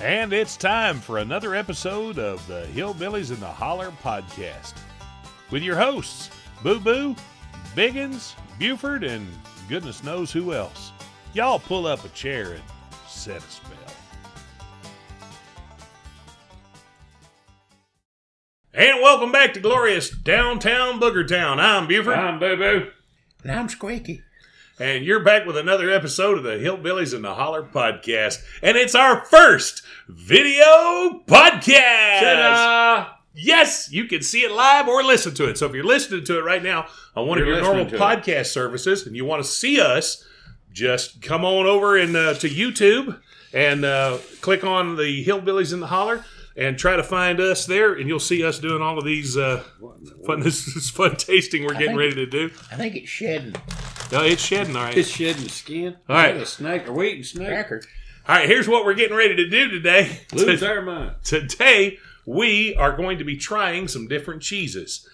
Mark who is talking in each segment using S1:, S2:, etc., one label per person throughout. S1: And it's time for another episode of the Hillbillies in the Holler podcast with your hosts, Boo Boo, Biggins, Buford, and goodness knows who else. Y'all pull up a chair and set a spell. And welcome back to glorious downtown Booger Town. I'm Buford.
S2: I'm Boo Boo.
S3: And I'm squeaky.
S1: And you're back with another episode of the Hillbillies and the Holler podcast. And it's our first video podcast.
S2: Ta-da!
S1: Yes, you can see it live or listen to it. So if you're listening to it right now on one
S2: You're
S1: of your normal
S2: listening to
S1: podcast services and you want to see us, just come on over and uh, to YouTube and uh, click on the Hillbillies in the Holler and try to find us there, and you'll see us doing all of these uh, fun. This is fun tasting we're getting
S3: think-
S1: ready to do.
S3: I think it's shedding.
S1: No, it's shedding, all right.
S2: It's shedding the skin.
S1: All right.
S2: Is that A snake. Are we eating snake?
S3: Cracker.
S1: All right, here's what we're getting ready to do today.
S2: Lose
S1: To-
S2: our mind.
S1: today, we are going to be trying some different cheeses.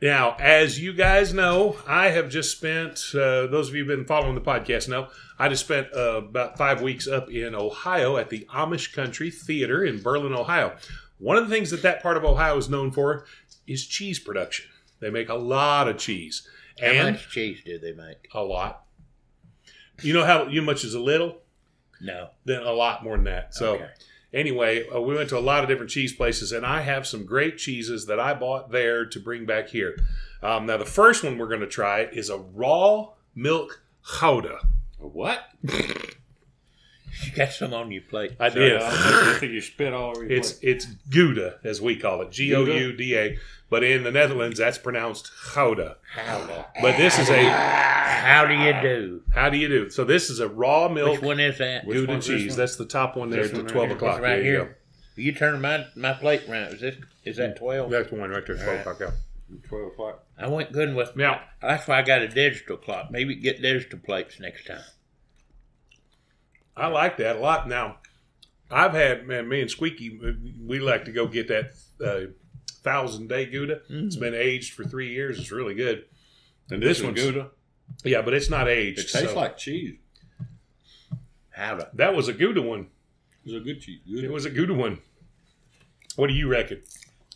S1: Now, as you guys know, I have just spent, uh, those of you who've been following the podcast know, I just spent uh, about five weeks up in Ohio at the Amish Country Theater in Berlin, Ohio. One of the things that that part of Ohio is known for is cheese production. They make a lot of cheese.
S3: How
S1: And
S3: much cheese do they make?
S1: a lot. You know how you much is a little?
S3: No.
S1: Then a lot more than that. So
S3: Okay.
S1: anyway, uh, we went to a lot of different cheese places, and I have some great cheeses that I bought there to bring back here. Um, now, the first one we're going to try is a raw milk chowder.
S2: A what?
S3: You got some on your plate.
S1: I
S2: Sorry,
S1: did.
S2: I think you spit all over your
S1: It's
S2: plate.
S1: it's gouda as we call it, G O U D A, but in the Netherlands that's pronounced chowder.
S3: How,
S1: But this is a
S3: how do you do?
S1: how do you do? So this is a raw milk
S3: Which one is that?
S2: Which
S1: gouda
S2: one's this
S1: cheese.
S2: one?
S1: That's the top one there
S2: This
S1: to
S2: one right
S1: twelve
S2: here.
S1: o'clock.
S3: It's right
S1: There you
S3: here. You turn my, my plate around. Is this is that
S1: go.
S3: twelve?
S1: That's the one right there, twelve o'clock. yeah.
S2: Twelve o'clock.
S3: I went good with
S1: Now
S3: that's why I got a digital clock. Maybe get digital plates next time.
S1: I like that a lot. Now, I've had man, me and Squeaky, we like to go get that uh, thousand day Gouda. It's been aged for three years. It's really good. And this, one's
S2: Gouda.
S1: yeah, but it's not aged.
S2: It tastes
S1: so-
S2: like cheese.
S3: How to
S1: that was a Gouda one.
S2: It's a good cheese.
S1: It
S2: Gouda.
S1: was a Gouda one. What do you reckon?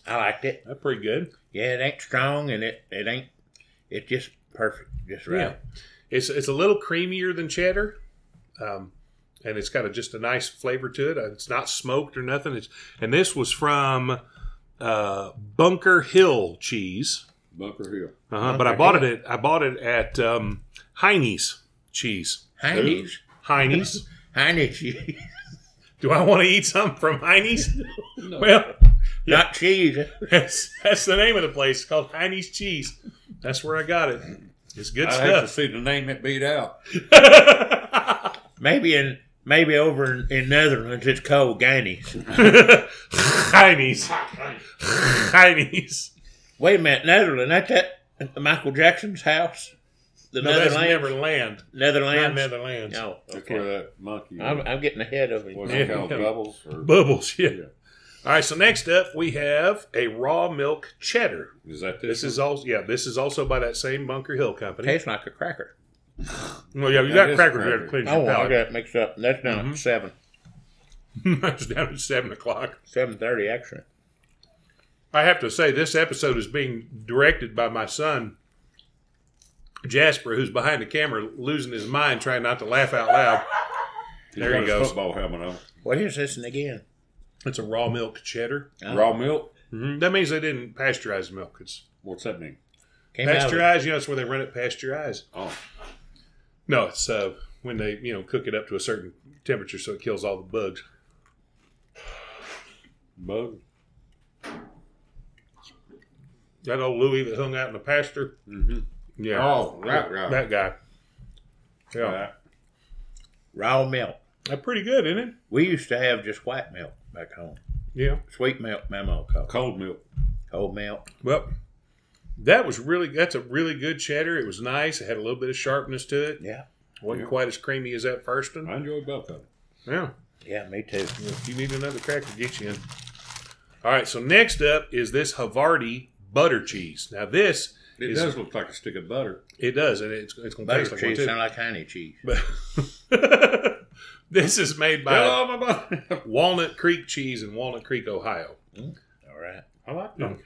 S3: I liked it.
S1: That's pretty good.
S3: Yeah, it ain't strong and it, it ain't it's just perfect. Just right.
S1: Yeah, it's it's a little creamier than cheddar, um, and it's got a, just a nice flavor to it. Uh, It's not smoked or nothing. It's and this was from uh, Bunker Hill Cheese.
S2: Bunker Hill.
S1: Uh-huh, but I
S3: Okay.
S1: bought it at I bought it at um, Heine's cheese.
S3: Heine's.
S1: Heine's.
S3: Heine's cheese.
S1: Do I want to eat some from Heine's?
S2: No.
S1: Well,
S3: Not cheese.
S1: that's, that's the name of the place. It's called Heine's Cheese. That's where I got it. It's good
S2: I'd have to
S1: stuff.
S2: see the name that beat out.
S3: Maybe in maybe over in, in Netherlands it's called Gaines.
S1: Heine's. Heine's.
S3: Wait a minute, Netherlands, that's that Michael Jackson's house? The
S1: No, that's
S3: Netherlands?
S1: Neverland. Not
S3: Netherlands?
S1: Netherlands.
S3: No.
S2: That's
S3: Okay.
S2: where that monkey.
S3: I'm, I'm getting ahead of
S2: What's
S3: him.
S2: it
S1: Yeah.
S2: called? Bubbles or
S1: Bubbles. Yeah.
S2: Yeah.
S1: All right. So next up, we have a raw milk cheddar.
S2: is that this?
S1: This is also yeah. This is also by that same Bunker Hill company.
S3: Tastes like a cracker.
S1: Well, yeah, you
S2: That
S1: got
S2: is
S1: crackers
S2: cracker.
S1: there to cleanse
S3: Oh,
S1: your
S3: I
S1: palate.
S3: got mixed up. That's down
S1: Mhm.
S3: at seven,
S1: it's down at seven o'clock.
S3: seven thirty actually.
S1: I have to say, this episode is being directed by my son Jasper, who's behind the camera, losing his mind, trying not to laugh out loud.
S2: He's
S1: there
S2: got
S1: he
S2: his
S1: goes.
S2: Football helmet on.
S3: What is this and again?
S1: It's a raw milk cheddar.
S3: Oh,
S2: Raw milk.
S1: Mhm. That means they didn't pasteurize the milk. It's
S2: What's that mean?
S3: Came out of it.
S1: pasteurized. You know, it's where they run it pasteurized.
S2: Oh,
S1: No, it's uh, when they you know cook it up to a certain temperature so it kills all the bugs.
S2: bug.
S1: That old Louis that hung out in the pasture.
S2: Mm-hmm.
S1: Yeah,
S2: Oh, right, right.
S1: that guy. Yeah,
S2: Right.
S3: raw milk.
S1: that's pretty good, isn't it?
S3: We used to have just white milk back home.
S1: Yeah.
S3: Sweet milk, my mom called it.
S2: Cold milk.
S3: cold milk.
S1: Well, that was really that's a really good cheddar. It was nice. It had a little bit of sharpness to it.
S3: Yeah,
S1: wasn't
S2: Yeah.
S1: quite as creamy as that first one.
S2: I enjoy both of
S1: Yeah.
S2: them.
S3: yeah, me too.
S1: If you need another cracker, get you in. All right. So next up is this Havarti butter cheese. Now this
S2: It
S1: is-
S2: does look like a stick of butter.
S1: it does, and it's it's gonna
S3: Butter
S1: taste like
S3: cheese
S1: one too.
S3: sound like honey cheese.
S1: But This is made by
S2: Hello, my brother.
S1: Walnut Creek Cheese in Walnut Creek, Ohio.
S3: All right.
S2: I like them.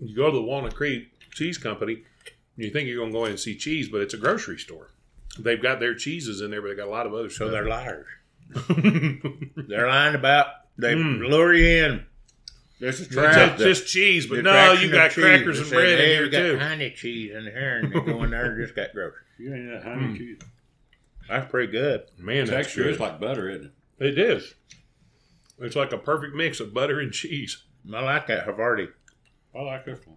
S1: You go to the Walnut Creek Cheese Company, and you think you're going to go in and see cheese, but it's a grocery store. They've got their cheeses in there, but they got a lot of other stuff.
S3: So they're liars. They're lying about they
S1: Mm.
S3: lure you in.
S2: This is
S3: Right.
S2: trash.
S1: Just, just cheese,
S3: The
S1: but no,
S3: attraction
S1: you
S3: of
S1: got
S3: cheese.
S1: crackers
S3: They
S1: and
S3: said,
S1: bread
S3: "Hey,
S1: in
S3: we got
S1: here too.
S3: honey cheese in here, and they go in there and just got grocery.
S2: You ain't that
S1: Mm.
S2: honey cheese.
S3: That's pretty good.
S1: Man, that's
S2: Texture
S1: good.
S2: is like butter, isn't it?
S1: It is. It's like a perfect mix of butter and cheese.
S3: I like that Havarti.
S2: I like this one.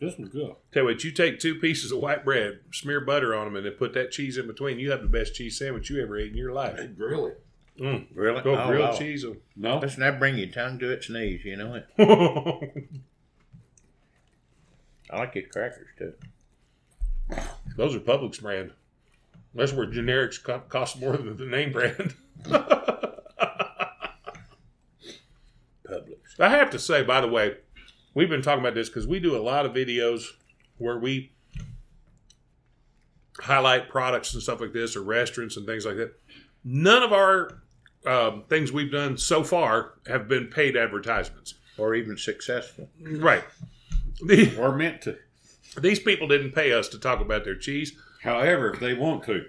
S2: This one's good.
S1: Tell you what, you take two pieces of white bread, smear butter on them, and then put that cheese in between. You have the best cheese sandwich you ever ate in your life.
S2: Really?
S1: Mm.
S3: Really?
S1: Go
S3: Oh,
S1: grilled
S3: wow.
S1: cheese. on-
S2: No.
S3: Listen, that bring your tongue to its knees. You know it. I like these crackers too.
S1: Those are Publix brand. That's where generics co- cost more than the name brand.
S3: Publix.
S1: I have to say, by the way, we've been talking about this because we do a lot of videos where we highlight products and stuff like this, or restaurants and things like that. None of our um, things we've done so far have been paid advertisements.
S3: Or even successful.
S1: Right. The-
S2: Or meant to.
S1: These people didn't pay us to talk about their cheese.
S2: However, if they want to.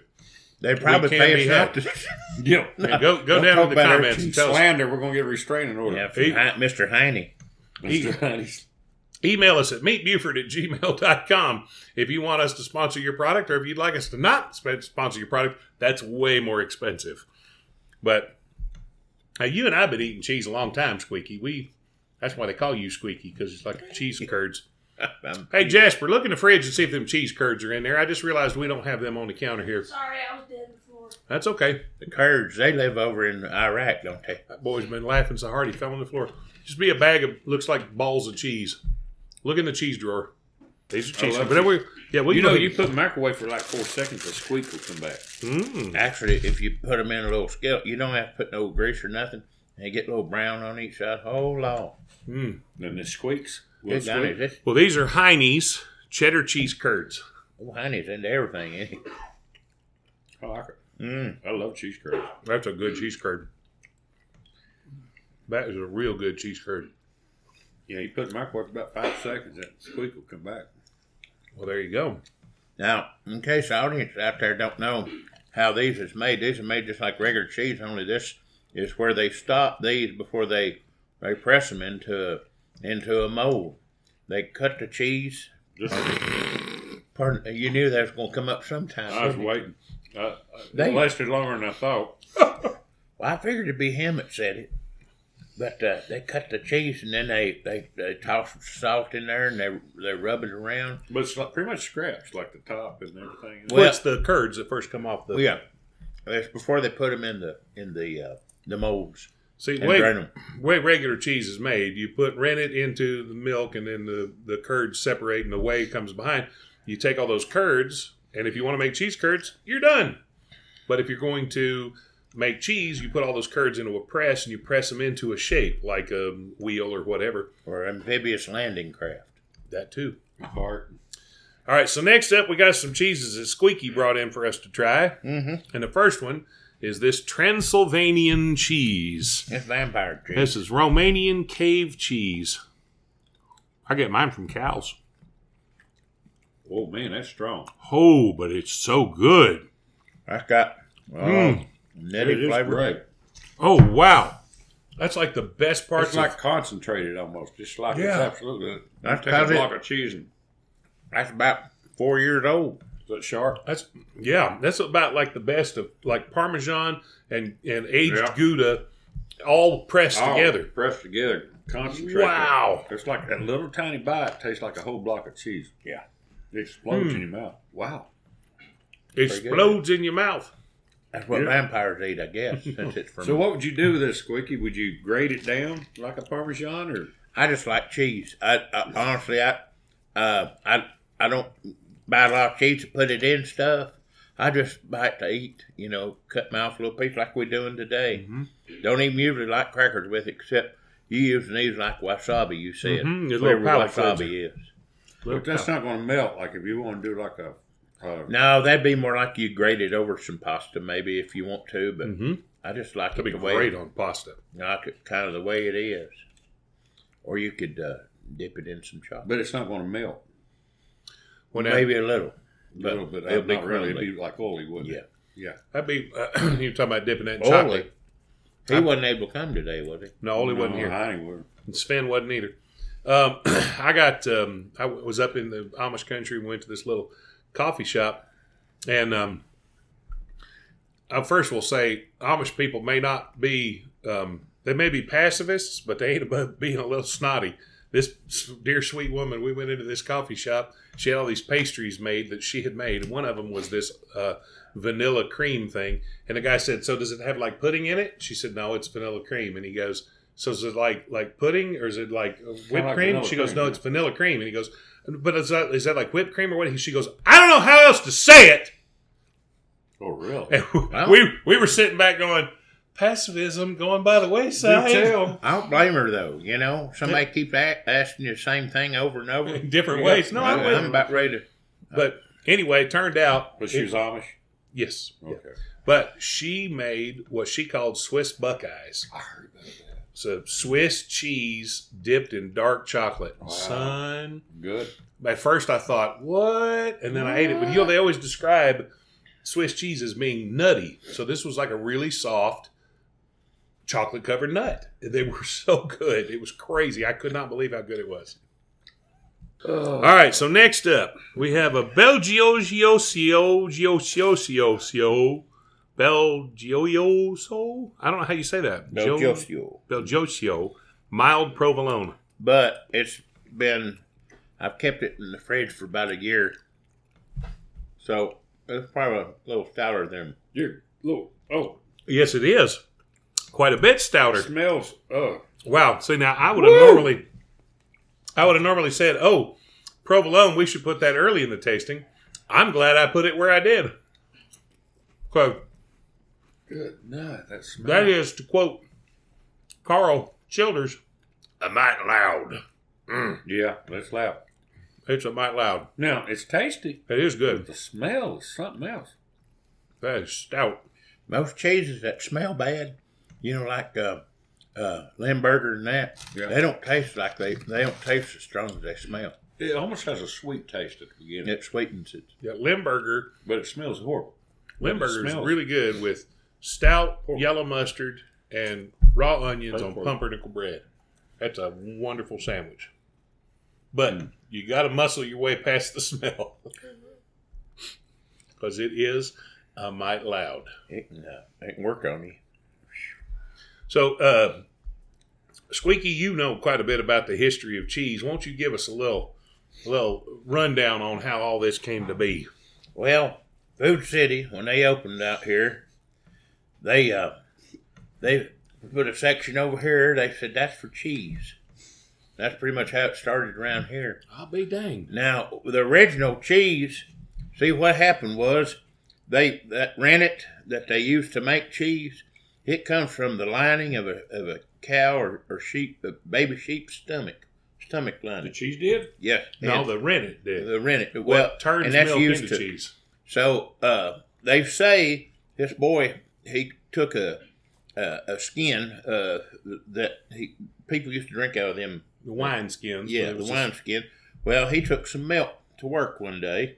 S3: They probably
S1: can't
S3: pay
S1: be
S3: us not to.
S2: Yeah.
S1: Man, go go
S3: Don't
S1: down
S3: talk
S1: in the
S3: about our
S1: comments and
S3: cheese
S1: tell us
S2: Slander, we're going to get a restraining order.
S3: yeah, from
S1: He-
S3: Hi- Mr. Heine.
S2: Mr. Honey's.
S1: Email us at meatbuford at gmail.com if you want us to sponsor your product or if you'd like us to not sp- sponsor your product. That's way more expensive. But uh, you and I have been eating cheese a long time, Squeaky. We That's why they call you Squeaky because it's like cheese curds.
S3: I'm-
S1: Hey, Jasper, look in the fridge and see if them cheese curds are in there. I just realized we don't have them on the counter here.
S4: Sorry, I was dead before.
S1: That's okay.
S3: the Kurds, they live over in Iraq, don't they?
S1: That boy's been laughing so hard he fell on the floor. Just be a bag of looks like balls of cheese. Look in the cheese drawer. These are
S2: I
S1: cheese.
S2: love
S1: But then we, yeah, we
S2: you know, you put in the microwave for like four seconds, the squeak will come back.
S1: Mm.
S3: Actually, if you put them in a little skillet, you don't have to put no grease or nothing. And they get a little brown on each side. Hold on.
S1: Mm.
S2: And it squeaks. Will
S3: Good
S2: it
S3: God,
S2: squeak?
S3: is this
S1: Well, these are Heine's cheddar cheese curds.
S3: oh, honey's into everything, ain't it?
S2: I like it.
S3: Mm.
S2: I love cheese curds.
S1: That's a good cheese curd. That is a real good cheese curd.
S2: Yeah, you put it in the microwave for about five seconds, that squeak will come back.
S1: Well, there you go.
S3: Now, in case the audience out there don't know how these is made, these are made just like regular cheese, only this is where they stop these before they they press them into into a mold. They cut the cheese.
S2: Just,
S3: Pardon, you knew that was going to come up sometime.
S2: I was
S3: didn't you?
S2: waiting. I, I,
S3: They-
S2: it lasted longer than I thought.
S3: Well, I figured it'd be him that said it. But uh, they cut the cheese and then they, they, they toss salt in there and they they rub it around.
S2: But it's like, pretty much scraps, like the top and everything.
S1: Well,
S3: Well-
S1: it's the curds that first come off the.
S3: Well, yeah, it's before they put them in the in the uh, the molds
S1: See,
S3: and
S1: wait,
S3: drain them.
S1: way regular cheese is made, you put rennet into the milk and then the, the curds separate and the whey comes behind. You take all those curds, and if you want to make cheese curds, you're done. But if you're going to make cheese, you put all those curds into a press and you press them into a shape like a wheel or whatever.
S3: or amphibious landing craft.
S1: That too.
S2: Heart.
S1: All right, so next up, we got some cheeses that Squeaky brought in for us to try.
S3: Mm-hmm.
S1: And the first one is this Transylvanian cheese.
S3: It's vampire cheese.
S1: This is Romanian cave cheese. I get mine from cows.
S2: Oh, man, that's strong.
S1: Oh, but it's so good.
S3: That's got uh,
S1: Mm.
S2: Hmm. It
S3: nutty
S2: is
S3: flavor.
S2: great.
S1: Oh, wow. That's like the best part.
S2: It's like concentrated almost. It's like it's
S1: Yeah.
S2: absolutely.
S3: That's
S2: Take a
S3: about it.
S2: block of cheese and
S3: That's about four years old.
S2: is it sharp?
S1: that's yeah, that's about like the best of like Parmesan and and aged
S2: Yeah.
S1: Gouda all pressed
S2: Oh,
S1: together.
S2: Pressed together. Concentrated.
S1: Wow.
S2: It's like that little tiny bite tastes like a whole block of cheese.
S3: Yeah.
S2: It explodes
S1: Mm.
S2: in your mouth. Wow.
S1: It explodes in your mouth.
S3: That's what
S2: Yeah.
S3: vampires eat, I guess, since it's from.
S2: So what would you do with this, Squeaky? Would you grate it down like a Parmesan or?
S3: I just like cheese. I, I honestly, I, uh, I, I don't buy a lot of cheese to put it in stuff. I just like to eat, you know, cut my off a little piece like we're doing today.
S2: Mm-hmm.
S3: Don't even usually like crackers with it, except you using these like wasabi. You said
S2: Mm-hmm.
S1: Mhm, your little
S3: whatever
S1: palate
S3: wasabi
S1: cleanser.
S3: is.
S2: But that's not going to melt. Like if you want to do like a Uh,
S3: No, that'd be more like you grate it over some pasta, maybe if you want to. But
S1: Mm-hmm.
S3: I just like
S1: That'd
S3: it
S1: be
S3: the way
S1: great on pasta.
S3: I like it kind of the way it is. Or you could uh, dip it in some chocolate,
S2: but it's not going to melt.
S1: When that-
S3: maybe a little, but
S2: a little bit.
S3: it'll
S2: Not
S3: be
S2: really.
S3: crumbly.
S2: It'd be like oily, wouldn't
S3: Yeah,
S2: it? Yeah.
S1: that'd be you're talking about dipping that in
S3: Oli,
S1: chocolate.
S3: he
S1: I'm-
S3: wasn't able to come today, was he?
S1: No, Oli wasn't
S2: No,
S1: here.
S2: I ain't worried.
S1: And Sven wasn't either. Um, I got um, I w- was up in the Amish country and went to this little coffee shop, and um, I first will say Amish people may not be um, they may be pacifists, but they ain't above being a little snotty. This s- dear sweet woman, we went into this coffee shop. She had all these pastries made that she had made. One of them was this uh, vanilla cream thing, and the guy said, "So does it have like pudding in it?" She said, "No, it's vanilla cream." And he goes, so is it like like pudding or is it like uh, whipped
S2: like
S1: cream?
S2: vanilla
S1: She goes,
S2: cream,
S1: no,
S2: yeah.
S1: it's vanilla cream. And he goes, but is that is that like whipped cream or what? She goes, I don't know how else to say it.
S2: Oh, really?
S1: And we we were sitting back going, pacifism going by the wayside,
S2: tell.
S3: I don't blame her though. You know, somebody keeps a- asking you the same thing over and over.
S1: in different
S2: Yeah.
S1: ways. No, I
S2: Yeah.
S1: wouldn't.
S3: I'm about ready to.
S1: But anyway, it turned out,
S2: But she was Amish.
S1: yes,
S2: Okay.
S1: but she made what she called Swiss Buckeyes.
S2: I heard about that.
S1: So Swiss cheese dipped in dark chocolate.
S2: Wow.
S1: Son.
S2: Good.
S1: At first, I thought, what? And then I ate it. But you know, they always describe Swiss cheese as being nutty. So this was like a really soft chocolate covered nut. They were so good. It was crazy. I could not believe how good it was. All right. So next up, we have a Belgioso. Belgioso. Belgioso. I don't know how you say that.
S3: No,
S1: Jo-
S3: just you.
S1: Belgioso. Mild provolone.
S3: But it's been. I've kept it in the fridge for about a year, so it's probably a little stouter than.
S2: You're little. Oh,
S1: Yes, it is. Quite a bit stouter.
S2: smells. Oh,
S1: Wow. See now I would have
S2: Woo!
S1: normally I would have normally said, Oh, provolone, we should put that early in the tasting. I'm glad I put it where I did. Quote
S2: good. No, that smells.
S1: that is to quote Carl Childers, a mite loud.
S2: Yeah, that's loud.
S1: It's a mite loud.
S2: Now it's tasty.
S1: It is
S2: But
S1: good.
S2: the smell is something else.
S1: That is stout.
S3: Most cheeses that smell bad, you know, like uh, uh, Limburger and that,
S2: Yeah.
S3: they don't taste like they they don't taste as strong as they smell.
S2: It almost has a sweet taste at the beginning,
S3: It sweetens it.
S1: Yeah, Limburger.
S2: but it smells horrible. But it
S1: Limburger is
S2: smells-
S1: really good with stout yellow mustard and raw onions on
S2: Pumpkin.
S1: pumpernickel bread. That's a wonderful sandwich. But you got to muscle your way past the smell because it is a mite loud.
S3: It can, uh, it can work on you.
S1: So, uh, Squeaky, you know quite a bit about the history of cheese. Won't you give us a little, a little rundown on how all this came to be?
S3: Well, Food City, when they opened out here, they uh, they put a section over here. They said that's for cheese. That's pretty much how it started around here.
S1: I'll be dang.
S3: Now the original cheese. See what happened was they that rennet that they used to make cheese. It comes from the lining of a of a cow or, or sheep, a baby sheep's stomach, stomach
S2: The
S3: lining.
S2: cheese did.
S3: Yes.
S1: No,
S3: and
S1: the rennet did.
S3: the rennet. Well,
S1: what turns
S3: and that's
S1: milk
S3: used
S1: into
S3: to,
S1: cheese?
S3: so uh, they say this boy he took a a, a skin uh, that he people used to drink out of them.
S1: The wine skins.
S3: Yeah, the wine skin. Well, he took some milk to work one day.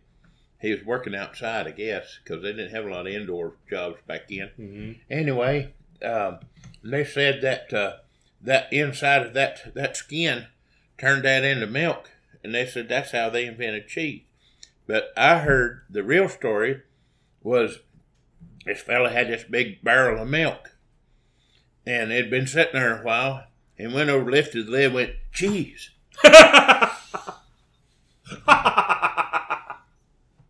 S3: He was working outside, I guess, because they didn't have a lot of indoor jobs back then.
S1: hmm
S3: Anyway, um, they said that uh, that inside of that that skin turned that into milk, and they said that's how they invented cheese. But I heard the real story was this fella had this big barrel of milk, and it had been sitting there a while, and went over lifted the lid, and went cheese.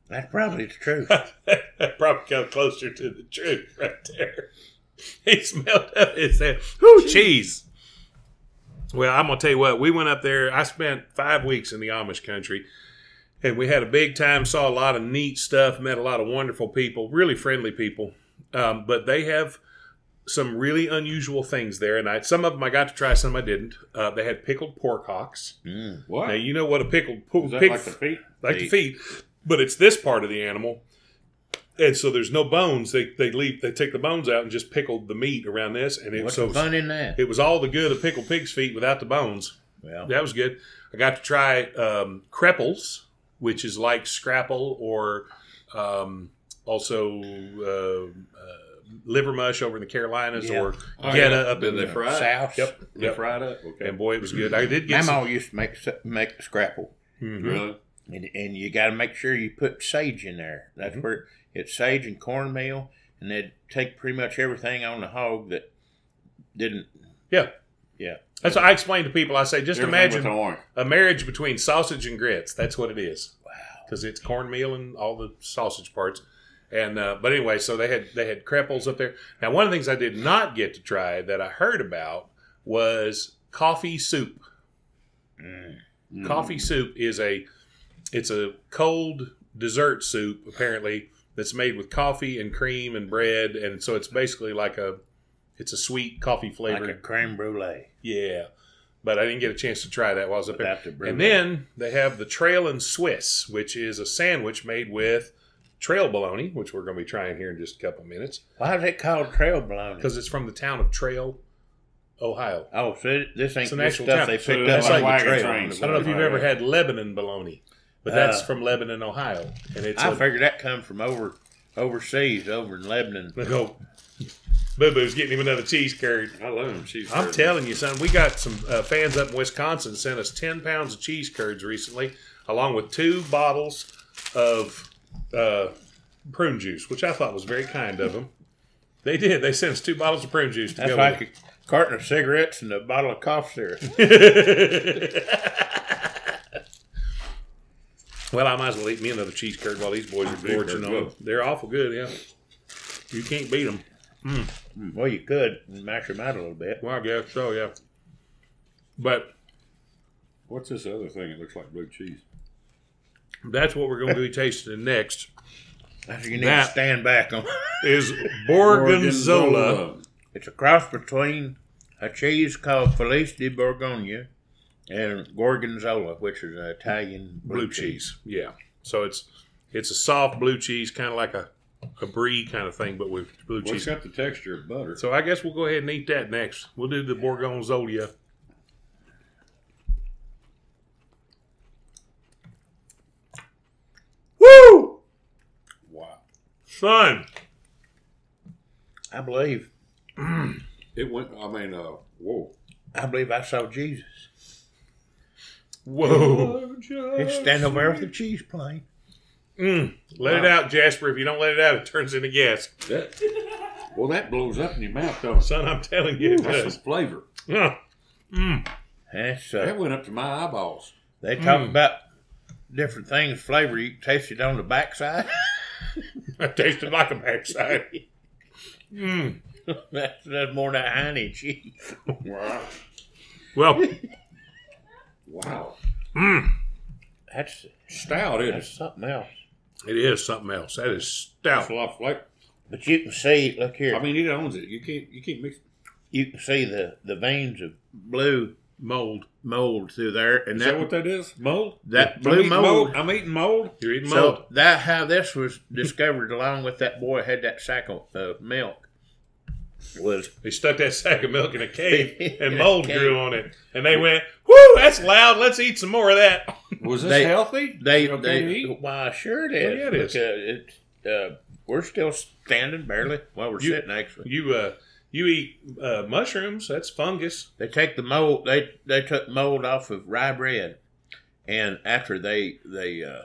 S3: That's probably the truth.
S1: that mm-hmm. probably come closer to the truth right there. He smelled up and said, Whoo, cheese. Well, I'm going to tell you what, we went up there. I spent five weeks in the Amish country and we had a big time, saw a lot of neat stuff, met a lot of wonderful people, really friendly people. Um, but they have some really unusual things there. And I, some of them I got to try, some I didn't. Uh, they had pickled pork hocks.
S3: Mm.
S2: What?
S1: Now, you know what a pickled
S2: Is
S1: pork
S2: that
S1: pig
S2: like the feet?
S1: like the feet. but it's this part of the animal, and so there's no bones. They they leave they take the bones out and just pickled the meat around this, and it
S3: What's
S1: so
S3: the fun in that?
S1: it was all the good of pickled pig's feet without the bones.
S3: Well,
S1: That was good. I got to try um, creples, which is like scrapple or um, also uh, uh, liver mush over in the Carolinas
S3: Yeah.
S1: or
S2: Oh,
S1: getta
S2: yeah.
S1: up in
S2: Did they
S1: the
S2: fry it?
S1: South. Yep.
S2: They
S1: yep.
S2: fried up. Okay.
S1: And boy, it was good. I did get
S3: Mama Mm-hmm.
S1: some.
S3: used to make s- make scrapple,
S1: Mhm.
S2: Really?
S3: and, and you got to make sure you put sage in there. That's
S1: Mhm.
S3: where it's sage and cornmeal, and they'd take pretty much everything on the hog that didn't.
S1: That's what I explain to people. I say, just
S2: Everything
S1: imagine
S2: with the orange.
S1: a marriage between sausage and grits. That's what it is.
S3: Wow.
S1: because it's cornmeal and all the sausage parts. And uh, but anyway, so they had they had crepes up there. Now one of the things I did not get to try that I heard about was coffee soup.
S3: Mm.
S2: Mm.
S1: Coffee soup is a it's a cold dessert soup apparently that's made with coffee and cream and bread, and so it's basically like a it's a sweet coffee
S3: Like
S1: flavored
S3: a creme brulee
S1: yeah. But I didn't get a chance to try that while I was up there.
S3: without the brulee.
S1: And then they have the trail and Swiss, which is a sandwich made with trail bologna, which we're going to be trying here in just a couple minutes,
S3: why is it called trail bologna?
S1: because it's from the town of Trail, Ohio.
S3: Oh, so it- this ain't
S1: It's an
S3: this
S1: actual
S3: stuff
S1: town.
S3: they
S2: So
S3: picked
S2: that's
S3: up on
S1: like
S2: wagon
S3: the trail.
S2: trains.
S1: I don't know if you've ever had Lebanon bologna, but that's
S3: Uh.
S1: from Lebanon, Ohio, and it's
S3: I
S1: a-
S3: figured that come from over overseas, over in Lebanon.
S1: go. Boo Boo's getting him another cheese curd.
S2: I love them. She's
S1: I'm telling you, son, we got some uh, fans up in Wisconsin sent us 10 pounds of cheese curds recently, along with two bottles of uh, prune juice, which I thought was very kind of them. They did. They sent us two bottles of prune juice to
S3: That's
S1: go
S3: like
S1: with
S3: a carton of cigarettes and a bottle of cough syrup.
S1: Mm-hmm. it. well, I might as well eat me another cheese curd while these boys are
S2: Big
S1: gorging
S2: bird,
S1: on them.
S2: whoa.
S1: They're awful good, yeah. You can't beat them.
S3: well, you could mash them out a little bit.
S1: Well, I guess so, yeah. But
S2: What's this other thing? It looks like blue cheese.
S1: that's what we're going to be tasting next.
S3: That's what you need
S1: That-
S3: to stand back on.
S1: is Borgonzola.
S3: It's a cross between a cheese called Felice di Borgogna and Gorgonzola, which is an Italian
S1: blue cheese. Yeah. So it's it's a soft blue cheese, kind of like a, a brie kind of thing, but with blue
S2: Well,
S1: cheese.
S2: it's got the texture of butter.
S1: So I guess we'll go ahead and eat that next. We'll do the Borgonzola.
S3: Woo!
S2: wow.
S1: Son,
S3: I believe.
S2: It went, I mean, uh, whoa.
S3: I believe I saw Jesus.
S1: whoa.
S3: He's
S1: Oh,
S3: standing over there with a cheese plane.
S1: Mm. Let it
S2: Wow.
S1: out, Jasper. If you don't let it out, it turns into gas.
S2: That, well, that blows up in your mouth, don't it?
S1: Son, I'm telling you, it
S2: That's
S1: does.
S2: some flavor.
S1: Huh. Mm.
S3: And it's, uh,
S2: That went up to my eyeballs.
S3: They talk
S1: Mm.
S3: about different things, flavor. You can taste it on the backside.
S1: That tasted like a backside. Mm.
S3: that's, that's more than honey cheese.
S2: Wow.
S1: Well,
S2: Wow.
S1: mm.
S3: That's
S2: Stout, isn't
S3: that's
S2: it?
S3: something else.
S1: it is something else. That is stout.
S2: That's a lot of flavor.
S3: But you can see, look here,
S2: I mean, it owns it. You can't, you can't mix
S3: you can see the the veins of blue
S1: Mold.
S3: mold through there, and
S2: Is
S3: that,
S2: that what that is? Mold?
S3: That
S2: I'm
S3: blue
S2: eating
S3: mold.
S2: I'm eating mold.
S1: You're eating mold.
S3: so that how this was discovered, along with that boy had that sack of uh, milk, was
S1: They stuck that sack of milk in a cave and
S3: In a
S1: mold
S3: cave.
S1: grew on it. And they went, Whoo, that's loud. Let's eat some more of that.
S2: Was this
S3: They-
S2: healthy?
S3: they
S2: You okay to
S3: they
S2: eat? Oh,
S3: why sure it is.
S1: yeah, it is.
S3: Look, uh, it's, uh, we're still standing barely. Well, we're
S1: You-
S3: sitting actually.
S1: You uh you eat uh, mushrooms, that's fungus.
S3: They take the mold. They they took mold off of rye bread, and after they they uh,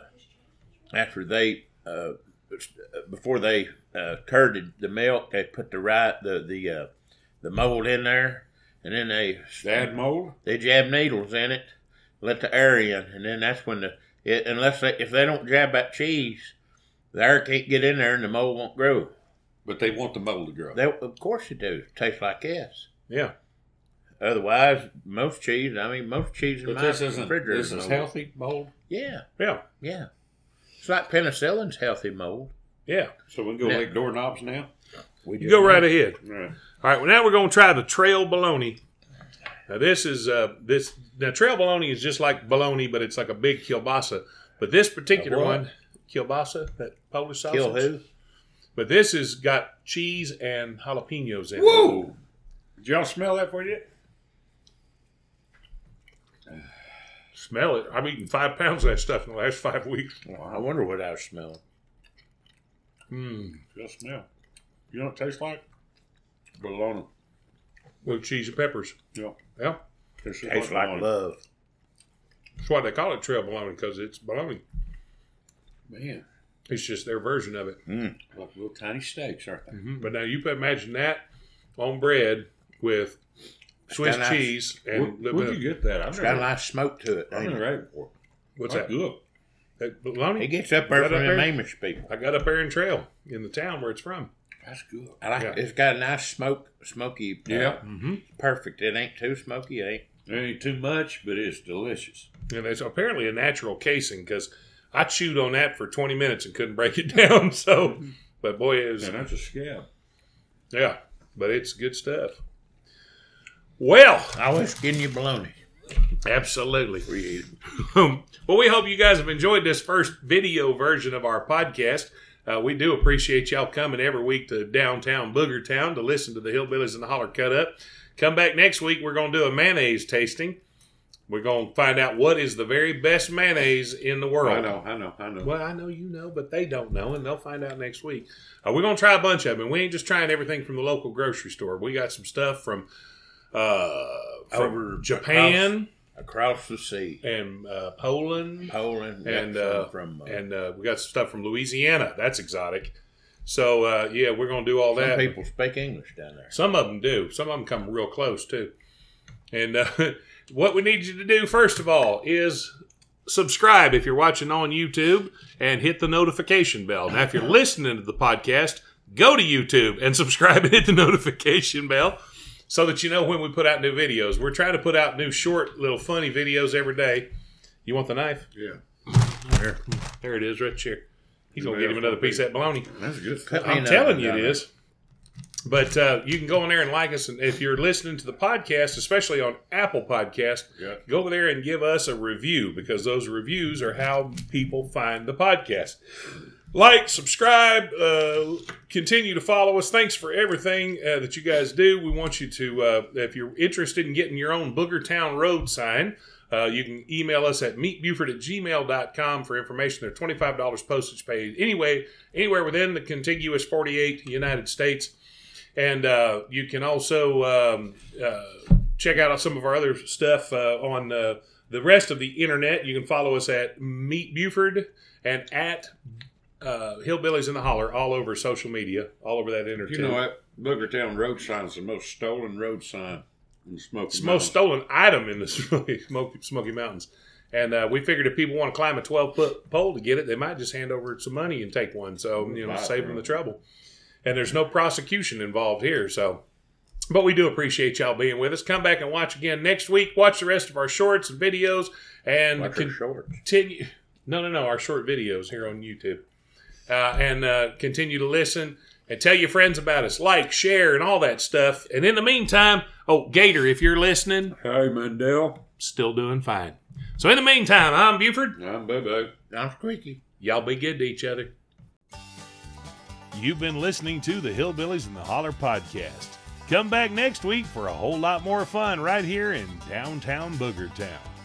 S3: after they uh, before they uh, curded the milk, they put the rye the the uh, the mold in there, and then they
S2: Dad mold?
S3: they jab needles in it, let the air in, and then that's when the it, unless they if they don't jab that cheese, the air can't get in there and the mold won't grow.
S2: But they want the mold to grow.
S3: They of course it do tastes like this.
S1: Yeah.
S3: Otherwise, most cheese. I mean, most cheese in
S2: but
S3: my
S2: this isn't,
S3: refrigerator.
S2: this is
S3: mold.
S2: healthy mold.
S3: Yeah,
S1: Yeah.
S3: yeah. It's like penicillin's healthy mold.
S1: Yeah.
S2: So we can go
S3: Yeah.
S2: lick doorknobs now?
S3: We
S1: You go right ahead.
S2: Yeah.
S1: All right, well now we're gonna try the trail bologna. Now this is uh this now trail bologna is just like bologna, but it's like a big kielbasa. But this particular
S2: A what?
S1: one kielbasa, that Polish sausage.
S3: Kill who?
S1: But this has got cheese and jalapenos in it.
S2: Whoa! Did y'all smell that for you?
S1: Smell it. I'm eating five pounds of that stuff in the last five weeks.
S3: Well, I wonder what I was smelling.
S2: Hmm.
S1: Mm.
S2: Just smell. You know what it tastes like? Bologna.
S1: With cheese and peppers.
S2: Yeah.
S1: Yeah.
S2: Tastes,
S3: Tastes like
S2: bologna.
S3: love.
S1: That's why they call it trail bologna, because it's bologna.
S2: Man,
S1: It's just their version of it.
S2: like little tiny steaks, aren't they?
S1: But now you can imagine that on bread with Swiss
S3: Got nice-
S1: cheese and a
S2: Where,
S1: little bit
S2: would
S1: of,
S2: you get that? I've
S3: It's got a
S2: never,
S3: nice smoke to it.
S2: I've
S3: ain't
S2: never
S3: it?
S2: had it before.
S1: what's
S2: Like,
S1: that?
S2: Good.
S1: That
S3: It
S1: bologna?
S3: gets up there
S1: Right
S3: from
S1: up
S3: the
S1: there?
S3: Amish people.
S1: I got up there in Trail in the town where it's from.
S2: That's good.
S3: I like
S1: Yeah.
S3: it. It's got a nice smoke, smoky. uh,
S2: Yeah.
S1: Mm-hmm.
S3: perfect. It ain't too smoky. It ain't.
S2: It ain't too much, but it's delicious.
S1: And it's apparently a natural casing because I chewed on that for 20 minutes and couldn't break it down. So, but boy, it was,
S2: And that's a scab.
S1: yeah, but it's good stuff. Well,
S3: I was getting you bologna.
S1: absolutely.
S3: Were you eating?
S1: Um, well, we hope you guys have enjoyed this first video version of our podcast. Uh, we do appreciate y'all coming every week to downtown Booger Town to listen to the Hillbillies and the Holler Cut Up. Come back next week. We're going to do a mayonnaise tasting. We're going to find out what is the very best mayonnaise in the world.
S2: I know, Oh, I know, I know.
S1: Well, I know you know, but they don't know, and they'll find out next week. Uh, we're gonna try a bunch of them. and We ain't just trying everything from the local grocery store. We got some stuff from uh, from
S3: Over
S1: Japan
S3: across the sea,
S1: and uh, Poland,
S3: Poland,
S1: And,
S3: got some
S1: uh,
S3: from uh,
S1: and uh, we got some stuff from Louisiana. That's exotic. So uh, yeah, we're gonna do all
S3: some
S1: that.
S3: people speak English down there.
S1: Some of them do. Some of them come real close too. And uh, what we need you to do first of all is subscribe if you're watching on YouTube and hit the notification bell. Now, if you're listening to the podcast, go to YouTube and subscribe and hit the notification bell so that you know when we put out new videos. We're trying to put out new short, little funny videos every day. You want the knife?
S2: yeah.
S1: There, there it is, right here. He's gonna get him another piece of that bologna.
S2: That's good.
S3: Cut me
S1: I'm
S3: another
S1: telling you,
S3: one
S1: it
S3: down
S1: is. But uh, you can go on there and like us, and if you're listening to the podcast, especially on Apple Podcast,
S2: Yeah.
S1: go over there and give us a review because those reviews are how people find the podcast. Like, subscribe, uh, continue to follow us. Thanks for everything uh, that you guys do. We want you to, uh, if you're interested in getting your own Booger Town Road sign, uh, you can email us at meetbuford at gmail.com for information. They're $25 postage paid anyway, anywhere within the contiguous 48 United States. And uh, you can also um, uh, check out some of our other stuff uh, on uh, the rest of the internet. You can follow us at Meet Buford and at uh, Hillbillies in the Holler all over social media, all over that internet.
S2: You know what? Booger Town road sign is the most stolen road sign in the Smoky
S1: It's the most stolen item in the Smoky, Smoky, Smoky Mountains. And uh, we figured if people want to climb a 12 foot pole to get it, they might just hand over some money and take one. So, you know,
S2: Right.
S1: save them the trouble. And there's no prosecution involved here. So, but we do appreciate y'all being with us. Come back and watch again next week. Watch the rest of our shorts and videos and
S3: Like
S1: con-
S3: her shorts.
S1: continue. No, no, no. Our short videos here on YouTube, uh, and uh, continue to listen and tell your friends about us. Like, share, and all that stuff. And in the meantime, oh Gator, if you're listening,
S2: Hey, Mandel.
S1: still doing fine. So in the meantime, I'm Buford.
S2: I'm Boo-Boo.
S3: I'm squeaky.
S1: Y'all be good to each other. You've been listening to the Hillbillies and the Holler podcast. Come back next week for a whole lot more fun right here in downtown Booger Town.